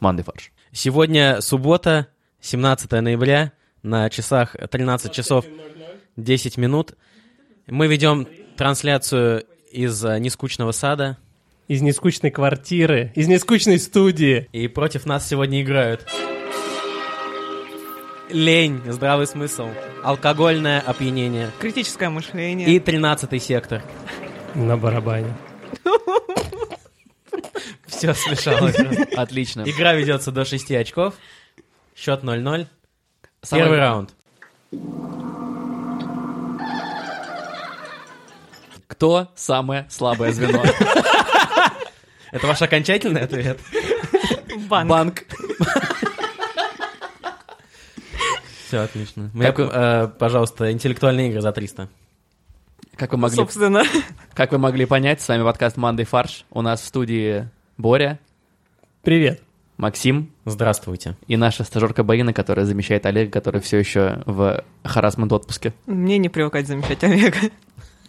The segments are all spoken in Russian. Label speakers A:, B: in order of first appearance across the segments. A: Мандефарш.
B: Сегодня суббота, 17 ноября, на часах 13 часов 10 минут. Мы ведем трансляцию из э, нескучного сада,
C: Из нескучной квартиры, из нескучной студии.
B: и против нас сегодня играют лень, здравый смысл, алкогольное опьянение
D: Критическое мышление.
B: и 13 сектор.
C: На барабане.
B: Все смешалось.
A: Отлично.
B: Игра ведется до 6 очков. Счет 0-0.
A: Самый-
B: Первый раунд.
A: Кто самое слабое звено?
B: Это ваш окончательный ответ?
D: банк.
A: Банк.
B: Все отлично.
A: Как вы-
B: э, пожалуйста, интеллектуальные игры за 300.
A: Как вы могли,
D: Собственно,
A: как вы могли понять, с вами подкаст Манды Фарш. У нас в студии Боря,
C: Привет.
A: Максим
B: Здравствуйте.
A: и наша стажерка Баина, которая замещает Олега, который все еще в харасмент отпуске.
D: мне не привыкать замечать Олега.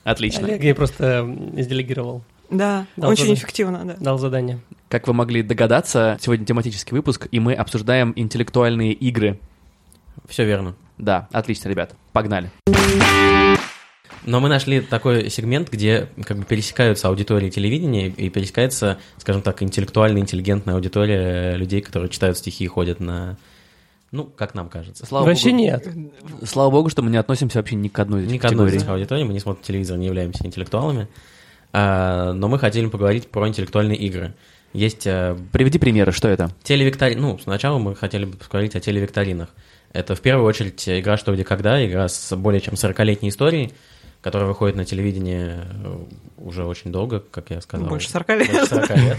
A: Отлично.
C: Олег я просто м, изделегировал,
D: Да,
C: Да,
D: очень
C: тоже.
D: эффективно, да.
C: дал задание.
A: Как вы могли догадаться, сегодня тематический выпуск, и мы обсуждаем интеллектуальные игры.
B: Все верно.
A: Да, отлично, ребят. Погнали.
B: Но мы нашли такой сегмент, где как бы пересекаются аудитории телевидения и пересекается, скажем так, интеллектуальная, интеллигентная аудитория людей, которые читают стихи и ходят на... Ну, как нам кажется.
A: Слава
C: Вообще
A: богу,
C: нет.
A: Слава богу, что мы не относимся вообще ни к одной из этих
B: Ни к одной из
A: категорий.
B: этих аудиторий, мы не смотрим телевизор, не являемся интеллектуалами. А, но мы хотели поговорить про интеллектуальные игры. Есть э,
A: Приведи примеры, что это?
B: Телевиктори... Ну, сначала мы хотели бы поговорить о телевикторинах. Это в первую очередь игра «Что, где, когда», игра с более чем 40-летней историей, которая выходит на телевидении э, уже очень долго, как я сказал.
D: Больше 40 лет.
B: Больше 40 лет.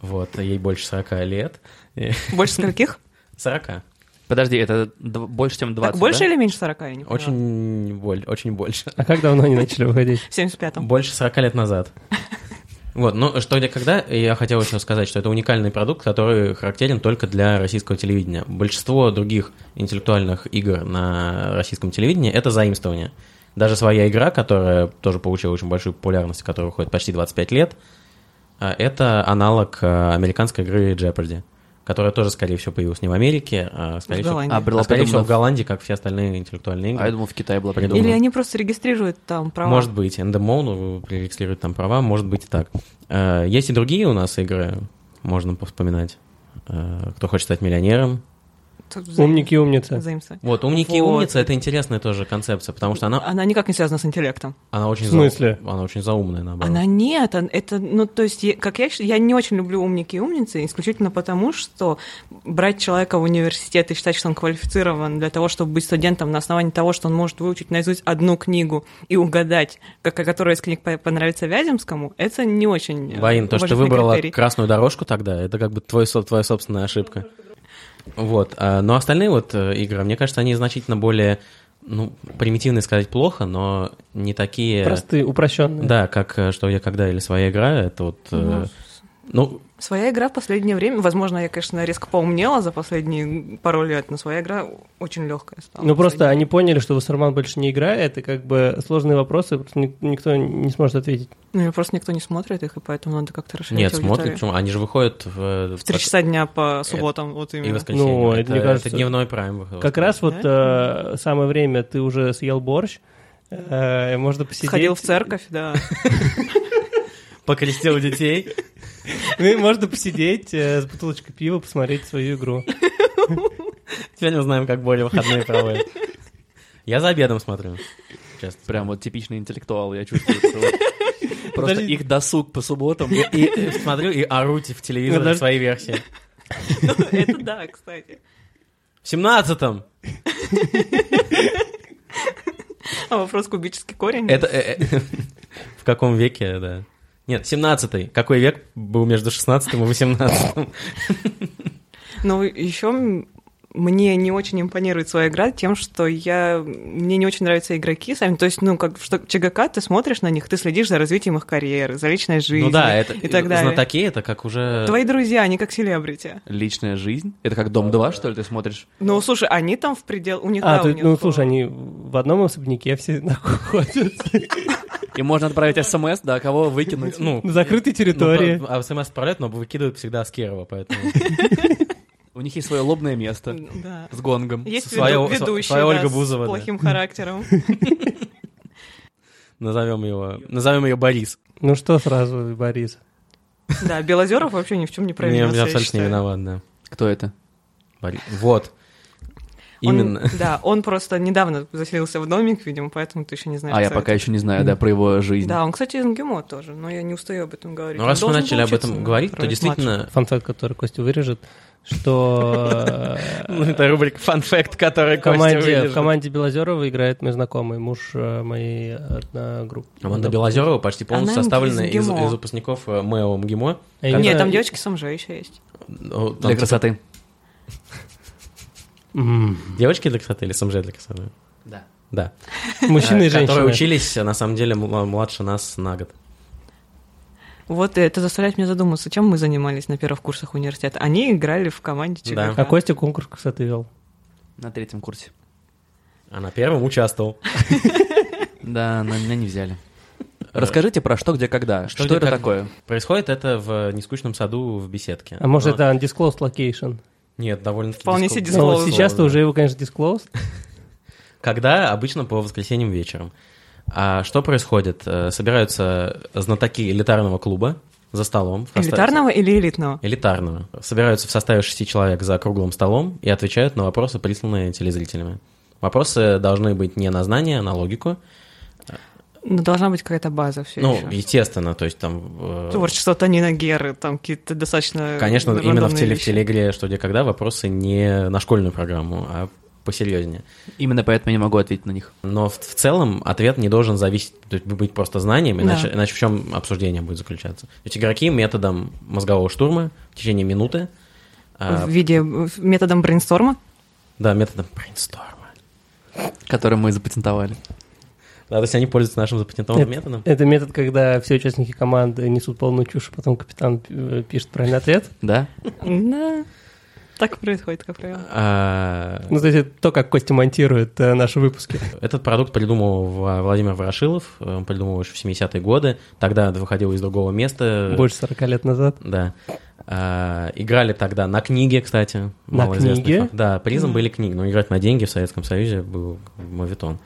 B: Вот, ей больше 40 лет. Э, И-
D: Больше скольких?
B: 40.
A: Подожди, это дв- больше, чем 20,
D: Так больше
A: да?
D: или меньше 40? Я не поняла.
B: Очень, боль... очень больше.
C: А как давно они начали выходить?
D: В 75-м.
B: Больше 40 лет назад. Вот, ну, что, где, когда, я хотел еще сказать, что это уникальный продукт, который характерен только для российского телевидения. Большинство других интеллектуальных игр на российском телевидении — это заимствование. Даже своя игра, которая тоже получила очень большую популярность, которая выходит почти 25 лет, а, это аналог а, американской игры Jeopardy, которая тоже, скорее всего, появилась не в Америке, а, скорее,
D: В
B: всего,
D: Голландии.
A: А,
B: а,
A: была
B: скорее всего,
A: придумана
B: в Голландии, как все остальные интеллектуальные
A: в-
B: игры.
A: А я думал, в Китае была
B: Придумано.
A: придумана.
D: Или они просто регистрируют там права.
B: Может быть, НДМО, ну, пререгистрирует там права, может быть и так. Э, Есть и другие у нас игры, можно повспоминать. Э, Кто хочет стать миллионером.
D: Тут взаим-
C: Умники и умницы.
D: Заимствовать.
B: Вот, умники и
D: Вот. А
B: умницы это интересная тоже концепция, потому что она,
D: Она никак не связана с интеллектом.
B: она очень
C: В
B: зау-
C: смысле?
B: она очень заумная, наоборот.
D: Она нет, он- это, ну, то есть, я- как я считаю, я не очень люблю умники и умницы, исключительно потому, что брать человека в университет и считать, что он квалифицирован для того, чтобы быть студентом на основании того, что он может выучить наизусть одну книгу и угадать, как, которая из книг по- понравится Вяземскому, это не очень... э,
B: Ваин, то, что ты
D: уважительный
B: выбрала
D: критерий.
B: красную дорожку тогда, это как бы твой, со- твоя собственная ошибка. Вот. а, Но остальные вот э, игры, мне кажется, они значительно более, ну, примитивные сказать плохо, но не такие...
C: Простые, упрощенные.
B: Да, как э, «Что я когда» или «Своя игра», это вот... э, Ну,
D: Своя игра в последнее время, возможно, я, конечно, резко поумнела за последние пару лет, но своя игра очень легкая стала.
C: Ну просто они поняли, что Вассерман больше не играет, и как бы сложные вопросы просто ни- никто не сможет ответить.
D: Ну, и просто никто не смотрит их, и поэтому надо как-то расширять
B: Нет, смотрят,
D: аудиторию.
B: почему? Они же выходят в,
D: В 3 часа дня по субботам, вот
B: и
D: именно.
B: воскресенье.
C: Ну, это,
B: это,
C: мне кажется,
B: это дневной прайм. выходит.
C: Как раз вот э, самое время ты уже съел борщ, э, можно посидеть.
D: Сходил в церковь, да.
B: покрестил детей.
C: Ну и можно посидеть э, с бутылочкой пива, посмотреть свою игру.
B: Теперь мы знаем, как более выходные проводят. Я за обедом смотрю. Честно.
A: Прям вот типичные интеллектуалы, я чувствую. что вот Просто
C: Подожди.
A: их досуг по субботам.
B: И, и э, смотрю и ору в телевизоре
C: Подожди.
B: свои версии.
D: Это да, кстати.
B: В семнадцатом!
D: А вопрос кубический корень.
B: Это... э, э, В каком веке, да. Нет, семнадцатый. Какой век был между шестнадцатым и восемнадцатым?
D: Но еще Ну, мне не очень импонирует своя игра тем, что я... Мне не очень нравятся игроки сами. То есть, ну, как что ЧГК, ты смотришь на них, ты следишь за развитием их карьеры, за личной жизнью
B: Ну да, это,
D: и так далее.
B: знатоки, это как уже...
D: Твои друзья, они как селебрити.
A: Личная жизнь? Это как Дом 2, что ли, ты смотришь?
D: Ну, слушай, они там в предел... У них,
C: А,
D: да,
C: то
D: у
C: есть,
D: них...
C: ну слушай, они в одном особняке все находятся.
A: И можно отправить смс, да, кого выкинуть.
B: Ну,
C: На закрытой территории.
B: ну, про- а СМС отправляют, но выкидывают всегда с Кирова, поэтому...
A: У них есть свое лобное место
D: Да.
A: с гонгом.
D: Есть
B: Своя-
D: веду-
B: сво-
D: ведущий,
B: своя
D: да,
B: Ольга
D: с
B: Бузова, да.
D: плохим характером.
B: Назовем его... Назовем ее Борис.
C: Ну что сразу, Борис?
D: Да, Белозеров вообще ни в чем не
B: Мне
D: провинился, я
B: абсолютно не
D: считаю.
B: виноват, да.
A: Кто это?
B: Борис. Вот.
D: Он-
B: Именно.
D: Да, он просто недавно заселился в домик, видимо, поэтому ты еще не знаешь.
A: А я
D: кто это.
A: пока еще не знаю, да, про его жизнь.
D: Да, он, кстати, из МГИМО тоже, но я не устаю об этом говорить.
B: Ну,
D: Он
B: раз мы
D: должен
B: начали об
D: поучиться,
B: этом говорить, то
D: например,
B: действительно...
C: Фанфакт, который Костя вырежет, что э,
B: Ну, Это рубрика «Фанфект», который
C: в
B: Костя
C: команде,
B: вырежет.
C: в команде Белозерова играет мой знакомый, муж э, моей одногруппы.
B: Команда Белозерова почти полностью
D: Она
B: составлена
D: из
B: из,
D: МГИМО.
B: из выпускников э, МЭО МГИМО.
C: А
D: младше.
C: именно-
D: Нет, там девочки самже еще есть.
B: Ну, там
A: Для красоты.
C: М.
B: Девочки для красоты или СМЖ для красоты?
A: Да.
B: Да.
C: Мужчины и
B: Э, Которые
C: женщины.
B: учились, на самом деле, мла- младше нас на год.
D: Вот это заставляет меня задуматься, чем мы занимались на первых курсах университета. Они играли в команде ЧГК.
B: Да.
C: А Костя конкурс красоты вел.
A: На третьем курсе.
B: А на первом участвовал.
A: Да, на меня не взяли. Расскажите про что, где, когда.
B: Что,
A: Что,
B: где,
A: это
B: как.
A: такое?
B: Происходит это в нескучном саду в беседке.
C: А может,
B: Но-
C: это undisclosed location?
B: Нет, довольно-таки...
D: Вполне
B: дисков-
D: себе
C: Ну, вот
D: Disclosed.
C: сейчас
B: да.
C: ты уже его, конечно, disclosed.
B: Когда? Обычно по воскресеньям вечером. А что происходит? Э, Собираются знатоки элитарного клуба за столом. в составе-
D: Элитарного или элитного?
B: Элитарного. Собираются в составе шести человек за круглым столом и отвечают на вопросы, присланные телезрителями. Вопросы должны быть не на знания, а на логику.
D: Ну, должна быть какая-то база все
B: ну,
D: еще.
B: естественно, то есть там... э,
D: Творчество Танина Геры, там какие-то достаточно
B: Конечно, именно в,
D: рандомные
B: теле, в
D: вещи.
B: телеигре «Что, где, когда» вопросы не на школьную программу, а посерьезнее.
A: Именно поэтому я не могу ответить на них.
B: Но в, в целом ответ не должен зависеть, то есть быть просто знанием, иначе,
D: Да.
B: иначе в чем обсуждение будет заключаться? То есть игроки методом мозгового штурма в течение минуты, а,
D: В виде в- методом брейнсторма?
B: да, методом брейнсторма.
A: Которые мы запатентовали.
B: Да, то есть они пользуются нашим запатентованным методом.
C: Это метод, когда все участники команды несут полную чушь, а потом капитан э, пишет правильный ответ.
A: Да?
D: Да. Так происходит, как правило.
B: А,
C: Ну, то есть это то, как Костя монтирует э, наши выпуски.
B: Этот продукт придумал Ва- Владимир Ворошилов, он придумал еще в 70-е годы, тогда это выходило из другого места.
C: Больше 40 лет назад.
B: Да. А, играли тогда на книге, кстати.
C: На
B: малоизвестный
C: книге?
B: факт. Да, призом
D: Мгм.
B: были книги, но играть на деньги в Советском Союзе был мовитон.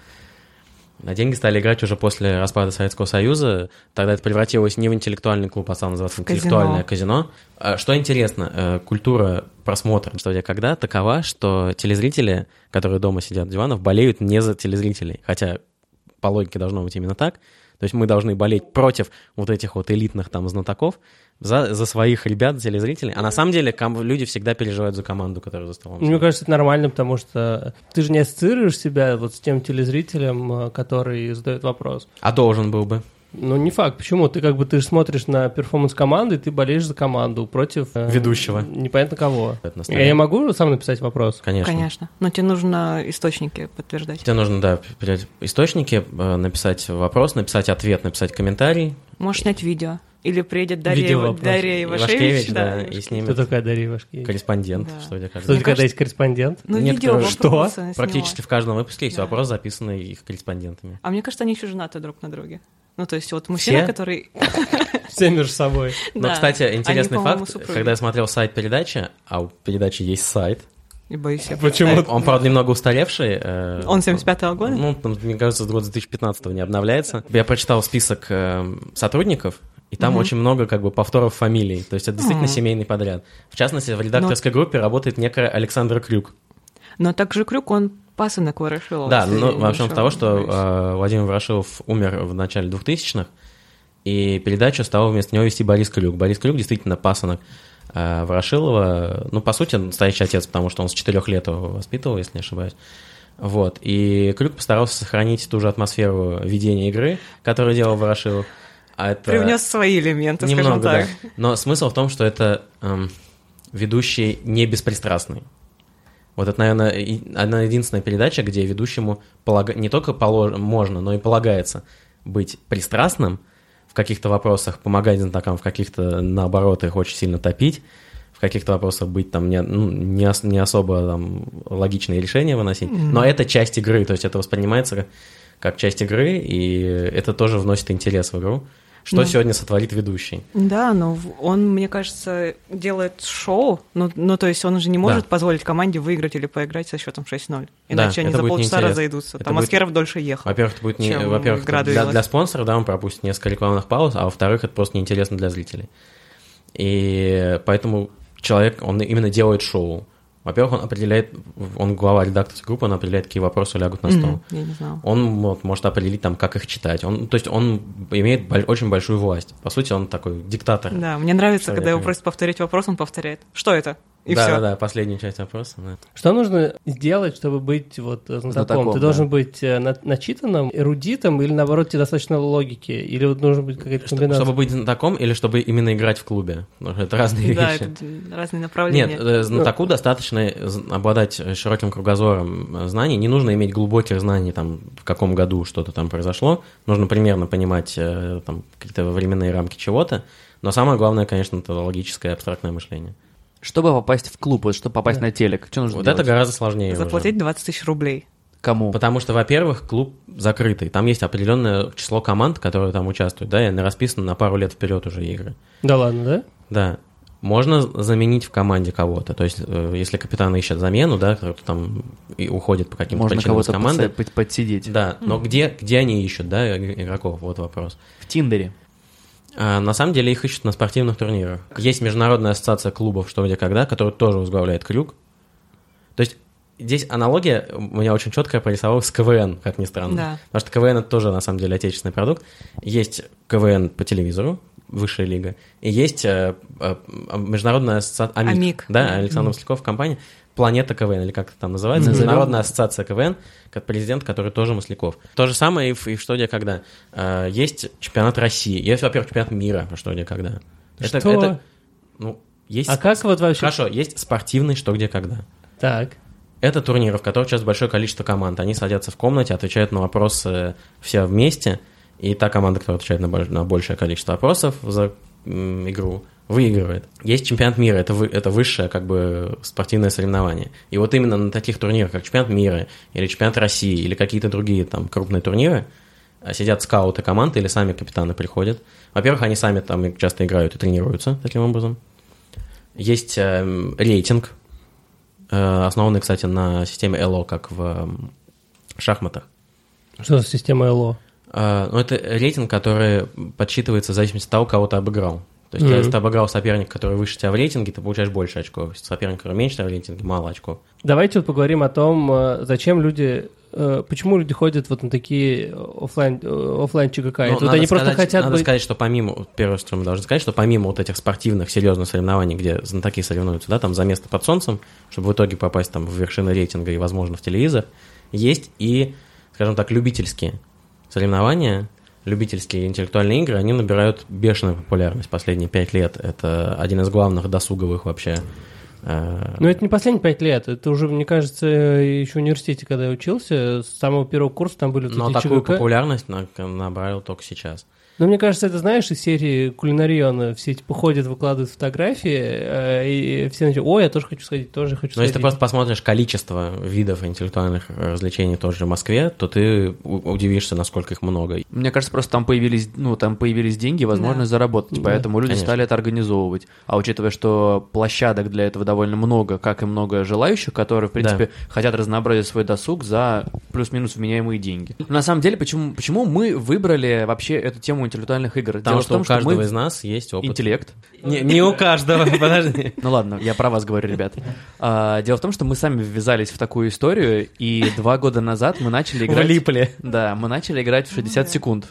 B: На деньги стали играть уже после распада Советского Союза. Тогда это превратилось не в интеллектуальный клуб, а стало называться
D: казино.
B: интеллектуальное казино. А, Что интересно, э, культура просмотра, что где когда, такова, что телезрители, которые дома сидят у диванов, болеют не за телезрителей. Хотя по логике должно быть именно так. То есть мы должны болеть против вот этих вот элитных там знатоков за, за своих ребят, телезрителей. А на самом деле ком- люди всегда переживают за команду, которая за столом.
C: Ну, Мне кажется, это нормально, потому что ты же не ассоциируешь себя вот с тем телезрителем, э, который задает вопрос.
B: А должен был бы.
C: Ну, не факт. Почему? Ты как бы ты же смотришь на перформанс команды, и ты болеешь за команду против... э,
B: Ведущего.
C: Непонятно кого.
B: Это на столе.
C: Я могу сам написать вопрос?
B: Конечно.
D: Конечно. Но тебе нужно источники подтверждать.
B: Тебе нужно, да, принять источники, э, написать вопрос, написать ответ, написать комментарий.
D: Можешь снять видео. Или приедет Дарья,
C: Видео вопрос.
D: Дарья Ивашевич.
B: Ивашкевич,
D: да,
B: да, и с ним
C: Кто такая Дарья Вашкевич?
B: корреспондент,
D: Да.
B: что где как.
C: Что
D: Мне
C: ли, когда
D: кажется-
C: есть корреспондент?
D: Ну,
B: Нет,
D: видео
B: кто-
C: Что?
D: вопросы она
B: Практически
D: сняла.
B: в каждом выпуске есть
D: Да.
B: вопрос, записанный их корреспондентами.
D: А мне кажется, они еще женаты друг на друге. Ну, то есть вот мужчина,
B: Все?
D: который...
C: Все между собой.
B: Но,
D: Да.
B: кстати,
D: Они,
B: интересный
D: по-моему,
B: факт,
D: супруги.
B: когда я смотрел сайт передачи, а у передачи есть сайт,
D: И боюсь, я...
C: Почему?
B: Он, правда, немного устаревший. э,
D: Он 75-го года?
B: Ну, там, мне кажется, с года 2015 не обновляется. Я прочитал список э, сотрудников, и там
D: Мгм.
B: очень много как бы повторов фамилий. То есть это действительно
D: М. Ну.
B: семейный подряд. В частности, в редакторской группе работает некая Александра Крюк.
D: Но также Крюк, он пасынок Ворошилова.
B: да,
D: если
B: ну, в общем,
D: еще
B: того, что
D: боюсь.
B: э, Владимир Ворошилов умер в начале 2000-х, и передачу стал вместо него вести Борис Крюк. Борис Крюк действительно пасынок э, Ворошилова. Ну, по сути, он настоящий отец, потому что он с четырех лет его воспитывал, если не ошибаюсь. Вот. И Крюк постарался сохранить ту же атмосферу ведения игры, которую делал Ворошилов. А это...
D: Привнес свои элементы,
B: Немного,
D: скажем так.
B: да. Но смысл в том, что это эм, ведущий не беспристрастный. Вот это, наверное, и- одна единственная передача, где ведущему полага- не только полож- можно, но и полагается быть пристрастным в каких-то вопросах, помогать знатокам, в каких-то, наоборот, их очень сильно топить, в каких-то вопросах быть там не, ну, не, ос- не особо там логичные решения выносить. Но это часть игры, то есть это воспринимается как часть игры, и это тоже вносит интерес в игру. Что
D: Ну.
B: сегодня сотворит ведущий?
D: Да, но в- он, мне кажется, делает шоу, ну, ну, то есть он же не может
B: Да.
D: позволить команде выиграть или поиграть со счетом 6-0. Иначе они
B: это
D: за
B: будет
D: полчаса
B: неинтересно.
D: разойдутся.
B: Это
D: Там
B: будет-
D: Аскеров дольше ехал.
B: Во-первых, это будет не,
D: Чем
B: во-первых,
D: игра
B: это для,
D: двигалась.
B: для спонсора, да, он пропустит несколько рекламных пауз, а во-вторых, это просто неинтересно для зрителей. И поэтому человек, он именно делает шоу. Во-первых, он определяет, он глава редакторской группы, он определяет, какие вопросы лягут на стол.
D: Мгм, Я не знала.
B: Он вот, может определить там, как их читать. Он, то есть он имеет боль- очень большую власть. По сути, он такой диктатор.
D: Да, мне нравится,
B: Что я
D: когда его
B: понимаю.
D: просят повторить вопрос, он повторяет. Что это? И
B: да,
D: все.
B: да, да, последняя часть вопроса. да.
C: Что нужно сделать, чтобы быть вот э, знатоком?
A: Знатоком,
C: Ты
A: да.
C: должен быть э, на- начитанным, эрудитом или, наоборот, тебе достаточно логики? Или вот нужно быть какая-то
B: Что-
C: комбинация?
B: Чтобы быть знатоком или чтобы именно играть в клубе? Потому что Это разные
D: Да,
B: вещи.
D: это разные
B: Нет,
D: направления.
A: Ну.
B: э, знатоку достаточно з- обладать э, широким кругозором э, знаний. Не нужно иметь глубоких знаний, там, в каком году что-то там произошло. Нужно примерно понимать э, там, какие-то временные рамки чего-то. Но самое главное, конечно, это логическое и абстрактное мышление.
A: Чтобы попасть в клуб, вот чтобы попасть
C: Да.
A: на телек, что нужно
B: вот
A: делать?
B: это гораздо сложнее. уже.
D: Заплатить 20 тысяч рублей.
A: Кому?
B: Потому что, во-первых, клуб закрытый. Там есть определенное число команд, которые там участвуют, да, и они расписаны на пару лет вперед уже игры.
C: Да ладно, да?
B: Да. Можно заменить в команде кого-то. То есть, э, если капитан ищет замену, да, кто-то там и уходит по каким-то
A: Можно
B: причинам из
A: кого-то
B: команды.
A: подс- под- подсидеть.
B: Да, но где, где они ищут, да, и- игроков? Вот вопрос.
A: В Тиндере.
B: А, на самом деле их ищут на спортивных турнирах. Есть Международная ассоциация клубов «Что, где, когда», которую тоже возглавляет Крюк. То есть здесь аналогия у меня очень четкая порисовалась с КВН, как ни странно.
D: Да.
B: Потому что КВН – это тоже, на самом деле, отечественный продукт. Есть КВН по телевизору, высшая лига, и есть э, э, Международная ассоциация АМИК.
D: АМИК,
B: Да,
D: да.
B: Александр Масляков, компания «Планета КВН», или как это там называется,
A: Назовем.
B: Международная ассоциация КВН, как президент, который тоже Масляков. То же самое и в, и в «Что, где, когда». Э, есть чемпионат России, есть, во-первых, чемпионат мира по «Что, где, когда». Это-
C: Что?
B: это, ну, есть...
C: А как вот вообще?
B: Хорошо, есть спортивный «Что, где, когда».
C: Так.
B: Это турниры, в которых сейчас большое количество команд. Они садятся в комнате, отвечают на вопросы все вместе. И та команда, которая отвечает на, больш- на большее количество вопросов за м, игру, выигрывает. Есть чемпионат мира, это, вы- это высшее как бы спортивное соревнование. И вот именно на таких турнирах, как чемпионат мира, или чемпионат России, или какие-то другие там крупные турниры, а сидят скауты команды или сами капитаны приходят. Во-первых, они сами там и часто играют и тренируются таким образом. Есть эм, рейтинг, э, основанный, кстати, на системе LO, как в эм, шахматах.
C: Что за система ЛО?
B: Э, ну, это рейтинг, который подсчитывается в зависимности от того, кого ты обыграл. То есть,
C: Мгм.
B: если ты обыграл соперника, который выше тебя в рейтинге, ты получаешь больше очков. Если соперник, который меньше тебя в рейтинге, мало очков.
C: Давайте вот поговорим о том, э, зачем люди, э, почему люди ходят вот на такие оффлайн э, оффлайн ЧГК.
B: Ну,
C: Это вот
B: надо
C: они просто
B: сказать-
C: хотят
B: Надо
C: быть...
B: сказать, что помимо, первое, что мы должны сказать, что помимо вот этих спортивных серьезных соревнований, где знатоки соревнуются, да, там за место под солнцем, чтобы в итоге попасть там в вершины рейтинга и, возможно, в телевизор, есть и, скажем так, любительские соревнования, любительские интеллектуальные игры, они набирают бешеную популярность последние пять лет. Это один из главных досуговых вообще э,
C: Ну, это не последние пять лет. Это уже, мне кажется, еще в университете, когда я учился, с самого первого курса там были вот
B: но
C: эти
B: такую
C: ЧГК.
B: популярность на- набрал только сейчас.
C: Ну, мне кажется, это знаешь, из серии кулинариона все типа ходят, выкладывают фотографии, э, и все начинают, ой, я тоже хочу сходить, тоже хочу
B: Но если
C: сходить.
B: ты просто посмотришь количество видов интеллектуальных э, развлечений тоже в Москве, то ты у- удивишься, насколько их много.
A: Мне кажется, просто там появились, ну, там появились деньги, и возможность заработать,
C: Да,
A: поэтому люди
B: конечно.
A: стали это организовывать. А учитывая, что площадок для этого довольно много, как и много желающих, которые, в принципе, хотят разнообразить свой досуг за плюс-минус вменяемые деньги. На самом деле, почему, почему мы выбрали вообще эту тему интеллектуальных игр?
B: Потому
A: Дело в
B: что
A: том,
B: у каждого
A: мы
B: из нас есть опыт.
A: интеллект,
B: Не, не у каждого, подожди.
A: Ну ладно, я про вас говорю, ребят. А, дело в том, что мы сами ввязались в такую историю, и два года назад мы начали играть...
B: Влипли.
A: Да, мы начали играть в 60 секунд.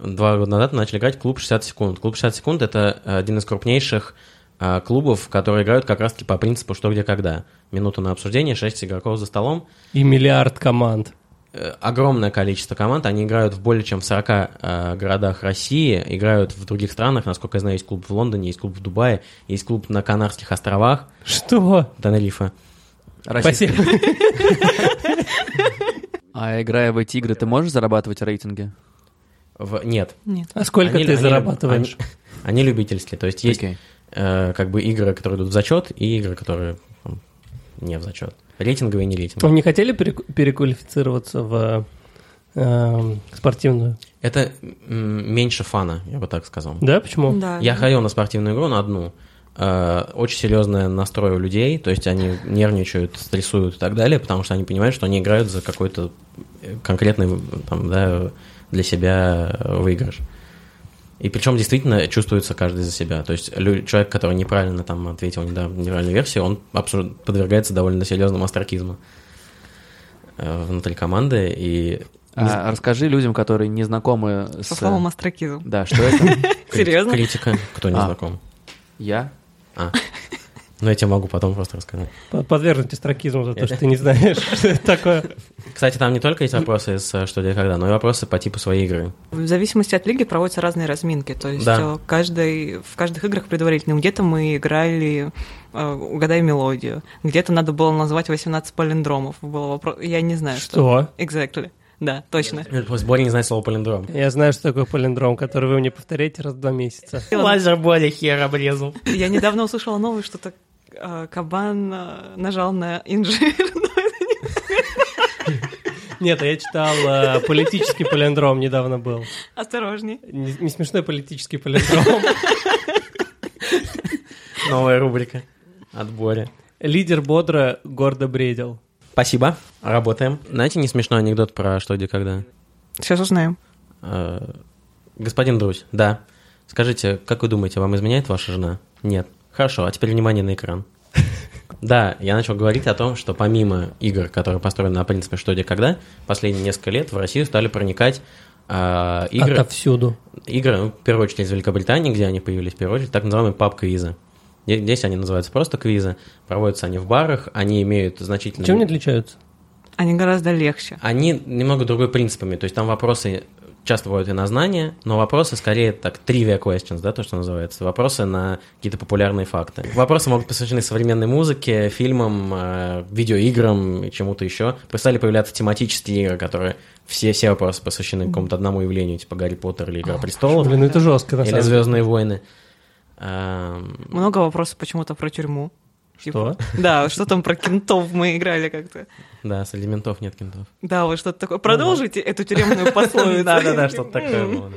B: Два года назад мы начали играть в клуб 60 секунд. Клуб 60 секунд это э, один из крупнейших э, клубов, которые играют как раз-таки по принципу что, где, когда. Минута на обсуждение, 6 игроков за столом.
C: И миллиард команд.
B: Э, огромное количество команд. Они играют в более чем в 40 э, городах России, играют в других странах. Насколько я знаю, есть клуб в Лондоне, есть клуб в Дубае, есть клуб на Канарских островах,
C: Что?
B: Тенерифе.
A: Российские. А играя в эти игры, ты можешь зарабатывать рейтинги?
B: В- Нет.
D: Нет.
C: А сколько
B: Они-
C: ты
B: они-
C: зарабатываешь?
B: Они любительские, то есть есть
A: Окей.
B: э, как бы игры, которые идут в зачет, и игры, которые м, не в зачет. Рейтинговые и не
C: Вы
B: рейтинговые.
C: не хотели переку- переквалифицироваться в э, спортивную?
B: Это м, меньше фана, я бы так сказал.
C: Да, почему?
D: Да.
B: Ну, Я ходил на спортивную игру на одну. Э, Очень серьезное настрой у людей, то есть они нервничают, стрессуют и так далее, потому что они понимают, что они играют за какой-то э, конкретный э, там, да, для себя э, выигрыш. И причем действительно чувствуется каждый за себя. То есть лю- человек, который неправильно там ответил недав- неправильную версию, он абсу- подвергается довольно серьезному астракизму э, внутри команды. И
A: А, расскажи людям, которые не знакомы
D: Со
A: с...
D: словом астракизм.
A: Да, что это?
B: крит-
D: Серьезно?
B: критика, кто не
A: А.
B: знаком.
A: Я?
B: А. Но я тебе могу потом просто рассказать.
C: По- Подвергнуть астракизму за то,
D: Э.
C: что ты не знаешь, что это такое.
B: Кстати, там не только есть вопросы с э, «Что, где, когда», но и вопросы по типу своей игры.
D: В зависимости от лиги проводятся разные разминки. То есть
B: Да.
D: э, каждый, в каждых играх предварительно где-то мы играли э, угадай мелодию, где-то надо было назвать 18 палиндромов. Было вопрос, я не знаю, что.
C: Что?
D: Exactly. Да, точно.
B: Э, Просто Боря не знает слово «полиндром».
C: Я знаю, что такое полиндром, который вы мне повторяете раз в два месяца.
B: Лазер Боря хер обрезал.
D: Я недавно услышала новость, что так э, кабан э, нажал на инжир.
C: Нет, а я читал э, политический полиндром недавно был.
D: Осторожней.
C: Не, не смешной политический полиндром.
B: Новая рубрика от Боря.
C: Лидер бодро гордо бредил.
B: Спасибо, работаем. Знаете, не смешной анекдот про «Что, где, когда»?
D: Сейчас узнаем.
B: Э, Господин Друзь, да. Скажите, как вы думаете, вам изменяет ваша жена? Нет. Хорошо, а теперь внимание на экран. Да, я начал говорить о том, что помимо игр, которые построены на принципе «Что, где, когда», последние несколько лет в Россию стали проникать э, игры...
C: Отовсюду.
B: игры, ну, в первую очередь из Великобритании, где они появились в первую очередь, так называемые паб-квизы. Е- Здесь они называются просто квизы, проводятся они в барах, они имеют значительно...
C: Чем они отличаются?
D: Они гораздо легче.
B: Они немного другой принципами, то есть там вопросы часто бывают и на знания, но вопросы скорее так trivia questions, да, то, что называется, вопросы на какие-то популярные факты. Вопросы могут быть посвящены современной музыке, фильмам, э, видеоиграм и чему-то еще. Стали появляться тематические игры, которые все, все вопросы посвящены какому-то одному явлению, типа Гарри Поттер или Игра престолов.
C: Блин, ну это жестко, на
B: Или
C: самом деле.
B: Звездные войны. Эм,
D: Много вопросов почему-то про тюрьму. Типа,
C: Что?
D: Да, что там про кентов мы играли как-то.
B: Да, среди ментов нет кентов.
D: Да, вот что-то такое. Продолжите эту тюремную пословицу.
B: Да-да-да, что-то такое было, да.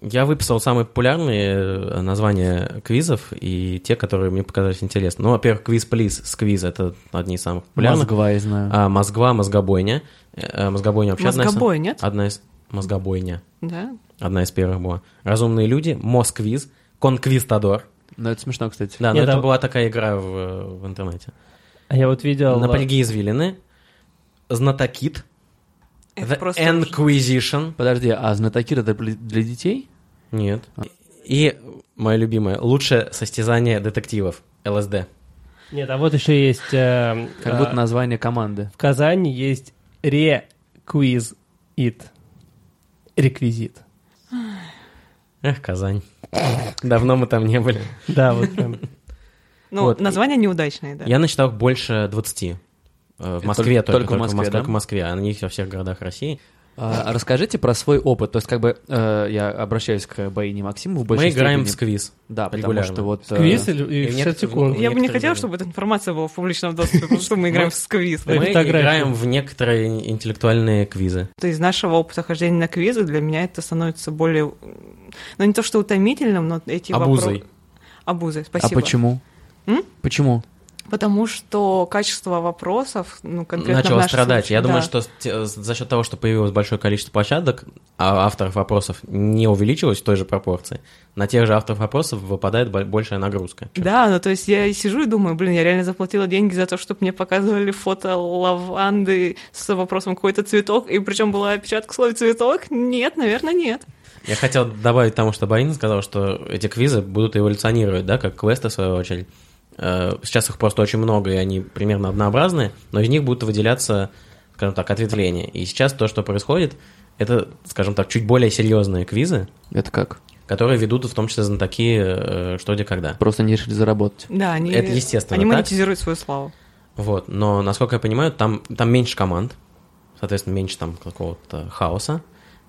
B: Я выписал самые популярные э, названия квизов и те, которые мне показались интересны. Ну, во-первых, квиз плиз с квиз это одни из самых популярных.
A: Мозгва, я знаю.
B: А, мозгва, мозгобойня. Э, э, Мозгобойня вообще одна из сам-
D: Мозгобой, нет?
B: одна из мозгобойня.
D: Да.
B: Одна из первых была. Разумные люди, Москвиз, Конквистадор.
A: Ну, это смешно, кстати.
B: Да, но
C: Нет,
B: это
C: а-
B: была такая игра в, э, в интернете.
C: А я вот видел...
B: Напряги извилины, знатокит,
D: Это
B: The
D: просто...
B: Inquisition.
A: Подожди, а знатокир это для для детей?
B: Нет. И мое любимое, лучшее состязание детективов, ЛСД.
C: Нет, а вот еще есть... э,
A: Как
C: э,
A: будто название команды.
C: В Казани есть реквизит. Реквизит.
B: Эх, Казань. Давно мы там не были.
C: Да, вот прям.
D: Ну,
B: Вот.
D: название неудачное, да.
B: Я насчитал их больше 20. э, В
A: Это
B: Москве
A: только-
B: только,
A: только в Москве, да?
B: только в Москве, а не во всех городах России.
A: А, расскажите про свой опыт. То есть, как бы э, я обращаюсь к Боине Максиму в большей
B: Мы играем в
A: степени.
B: сквиз.
A: Да, потому
B: регулярно.
A: что вот... э,
C: Квиз или- и
B: и нет-
C: 60 секунд.
B: в
D: Я бы
B: некоторые
D: не
B: Ну,
D: хотела,
B: игры.
D: чтобы эта информация была в публичном доступе, потому что мы играем в сквиз.
C: Да,
B: Мы
C: фотографии.
B: играем в некоторые интеллектуальные квизы.
D: То Из нашего опыта хождения на квизы для меня это становится более... м, Ну, не то что утомительным, но эти
B: Абузой.
D: вопросы... Абузой,
A: А
D: спасибо.
A: почему?
D: М?
A: Почему?
D: Потому что качество вопросов, ну, конкретно в
B: Начало
D: нашем
B: страдать.
D: случае,
B: Я думаю,
D: да.
B: что с- те- за счет того, что появилось большое количество площадок, а авторов вопросов не увеличилось в той же пропорции, на тех же авторов вопросов выпадает бо- большая нагрузка.
D: Да, ну то есть я и сижу и думаю, блин, я реально заплатила деньги за то, чтобы мне показывали фото лаванды с вопросом какой-то цветок, и причем была опечатка в слове цветок? Нет, наверное, нет.
B: Я хотел добавить тому, что Баин сказал, что эти квизы будут эволюционировать, да, как квесты, в свою очередь. Э, Сейчас их просто очень много, и они примерно однообразные, но из них будут выделяться, скажем так, ответвления. И сейчас то, что происходит, это, скажем так, чуть более серьезные квизы,
A: Это как?
B: которые ведут в том числе знатоки э, «Что, где, когда».
A: Просто не решили заработать.
D: Да, они,
B: Это естественно,
D: они
B: так?
D: монетизируют свою славу.
B: Вот, но, насколько я понимаю, там, там меньше команд, соответственно, меньше там какого-то хаоса.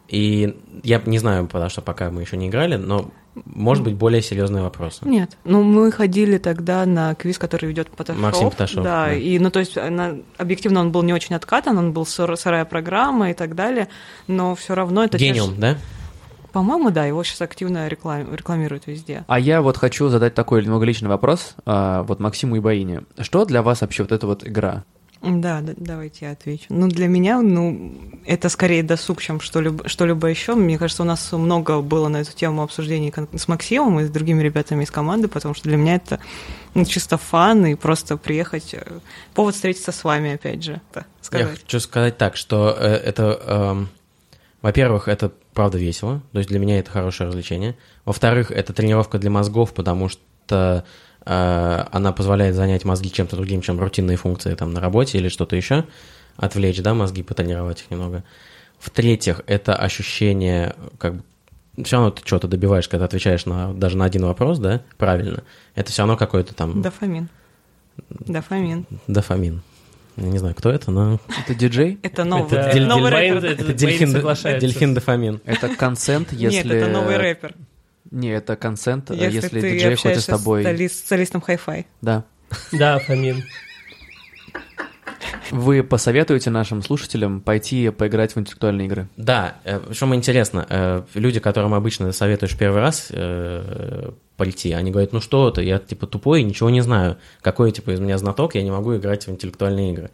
B: И я не знаю, потому что пока мы еще не играли, но, может быть, более серьезные вопросы.
D: Нет. Ну, мы ходили тогда на квиз, который ведет Поташов.
B: Максим Поташов,
D: Да,
B: да.
D: и, ну, то есть, она- объективно он был не очень откатан, он был сыр- сырая программа и так далее, но все равно это... те же-
B: Гениум, да?
D: По-моему, да, его сейчас активно реклам- рекламируют везде.
A: А я вот хочу задать такой немного личный вопрос а, вот Максиму и Боине. Что для вас вообще вот эта вот игра?
D: Да, да, давайте я отвечу. Ну, для меня, ну, это скорее досуг, чем что-либо, что-либо еще. Мне кажется, у нас много было на эту тему обсуждений кон- с Максимом и с другими ребятами из команды, потому что для меня это ну, чисто фан и просто приехать, э, повод встретиться с вами, опять же, так
B: Я
D: сказать.
B: хочу сказать так, что э, это, эм, во-первых, это правда весело, то есть для меня это хорошее развлечение. Во-вторых, это тренировка для мозгов, потому что э, она позволяет занять мозги чем-то другим, чем рутинные функции там на работе или что-то еще, отвлечь, да, мозги, потренировать их немного. В-третьих, это ощущение, как бы, все равно ты что-то добиваешь, когда отвечаешь на, даже на один вопрос, да, правильно. Это все равно какой-то там
D: Дофамин. Дофамин.
B: дофамин. Я не знаю, кто это, но...
A: Это диджей?
D: Это новый,
B: Это
C: Да,
B: дель-
D: новый
C: Бэйн-
D: рэпер.
C: это
B: Это
C: Бэйн
B: дельфин,
C: соглашается.
B: дельфин дофамин.
A: Это консент, если...
D: Нет, это новый рэпер.
A: Не, это консент, э, если,
D: Если ты
A: диджей хочет с
D: общаешься с
A: тобой...
D: соли- с солистом хай-фай.
A: Да.
C: Да, Фомин.
A: Вы посоветуете нашим слушателям пойти поиграть в интеллектуальные игры?
B: Да, э, причем интересно, э, люди, которым обычно советуешь первый раз э, пойти, они говорят, ну что ты, я типа тупой, ничего не знаю, какой типа из меня знаток, я не могу играть в интеллектуальные игры.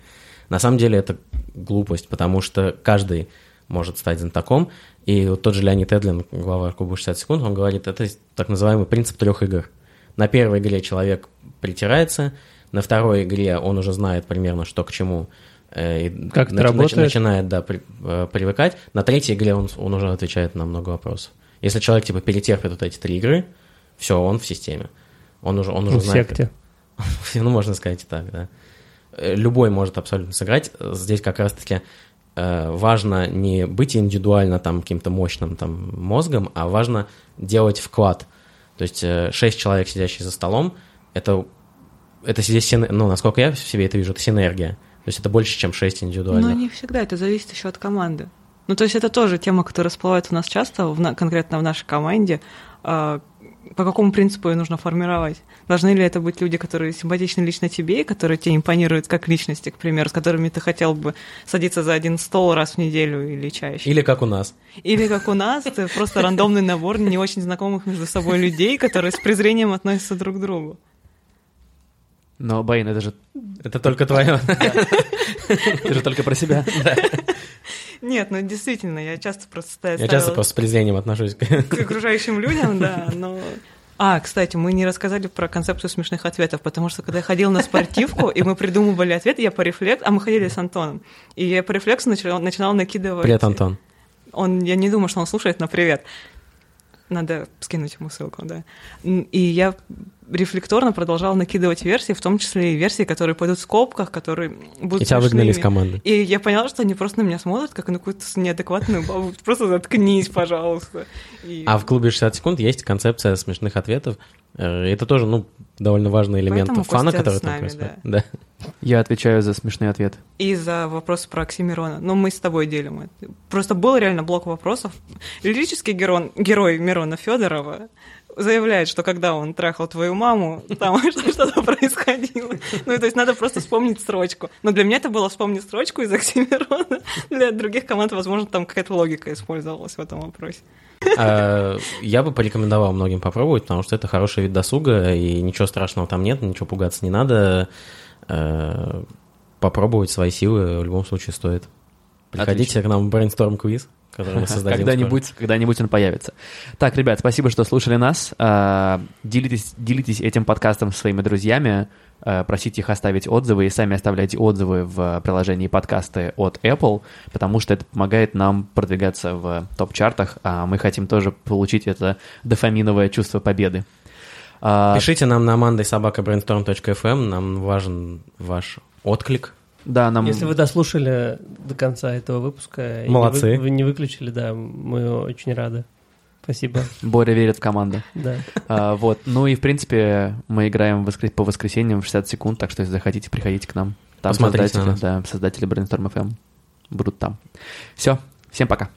B: На самом деле это глупость, потому что каждый может стать знатоком, и вот тот же Леонид Эдлин, глава клуба 60 секунд, он говорит, это так называемый принцип трех игр. На первой игре человек притирается, на второй игре он уже знает примерно, что к чему, э, и
C: Как это
B: нач- нач-
C: работает?
B: начинает, да, при- э, привыкать. На третьей игре он, он уже отвечает на много вопросов. Если человек, типа, перетерпит вот эти три игры, все, он в системе. Он уже, он уже
C: В
B: знает.
C: секте.
B: Ну, можно сказать и так, да. Э, Любой может абсолютно сыграть. Э, Здесь как раз-таки э, важно не быть индивидуально там каким-то мощным там мозгом, а важно делать вклад. То есть э, шесть человек, сидящих за столом, это, это здесь, син- ну, насколько я в себе это вижу, это синергия. То есть это больше, чем шесть
D: Но
B: индивидуальных.
D: не всегда, это зависит еще от команды. Ну, то есть это тоже тема, которая всплывает у нас часто, в на- конкретно в нашей команде. А, По какому принципу ее нужно формировать? Должны ли это быть люди, которые симпатичны лично тебе, и которые тебе импонируют как личности, к примеру, с которыми ты хотел бы садиться за один стол раз в неделю или чаще?
B: Или как у нас.
D: Или, как у нас, это просто рандомный набор не очень знакомых между собой людей, которые с презрением относятся друг к другу.
A: Но, Боин, это же
B: Это только твое.
A: ты же только про себя.
D: Нет, ну действительно, я часто просто
B: Я часто
D: ставила-
B: просто с презрением отношусь к
D: к окружающим людям, да, но... А, кстати, мы не рассказали про концепцию смешных ответов, потому что когда я ходила на спортивку, и мы придумывали ответ, я по рефлексу... А мы ходили с Антоном. И я по рефлексу начала, начинала накидывать...
B: Привет, Антон.
D: Он, я не думаю, что он слушает, но привет. Надо скинуть ему ссылку, да. М, И я рефлекторно продолжала накидывать версии, в том числе и версии, которые пойдут в скобках, которые будут
B: И тебя выгнали из
D: смешными.
B: команды.
D: И я поняла, что они просто на меня смотрят, как на какую-то неадекватную бабу. Просто заткнись, пожалуйста. И-
B: А в клубе 60 секунд есть концепция смешных ответов. Э, Это тоже, ну, довольно важный элемент
D: Поэтому
B: фана,
D: Костя
B: который
D: с
B: там
D: нами,
B: происходит. Да.
A: Я отвечаю за смешные ответы.
D: И за вопрос про Оксимирона. Но мы с тобой делим это. Просто был реально блок вопросов. Лирический герон- герой Мирона Федорова заявляет, что когда он трахал твою маму, там что-то происходило. Ну, то есть надо просто вспомнить строчку. Но для меня это было вспомнить строчку из Оксимирона. Для других команд, возможно, там какая-то логика использовалась в этом вопросе.
B: А, Я бы порекомендовал многим попробовать, потому что это хороший вид досуга, и ничего страшного там нет, ничего пугаться не надо. Э, Попробовать свои силы в любом случае стоит. Приходите к нам в брейнсторм-квиз, который мы создадим.
A: Когда-нибудь, когда-нибудь он появится. Так, ребят, спасибо, что слушали нас. А, Делитесь, делитесь этим подкастом со своими друзьями. а, Просите их оставить отзывы и сами оставляйте отзывы в приложении подкасты от Apple, потому что это помогает нам продвигаться в топ-чартах, а мы хотим тоже получить это дофаминовое чувство победы. А,
B: скоро. Пишите нам на mandysobakabrainstorm.fm, эм, нам важен ваш отклик.
A: Да, нам...
C: Если вы дослушали до конца этого выпуска и не вы-
B: Молодцы.
C: вы не выключили, да, мы очень рады. Спасибо.
A: Боря верит в команду.
C: Да.
A: А, вот. Ну и, в принципе, мы играем в воскр- по воскресеньям в 60 секунд, так что если захотите, приходите к нам. Там
B: Посмотрите на
A: создатели, да, создатели Brainstorm FM будут там. Все, всем пока.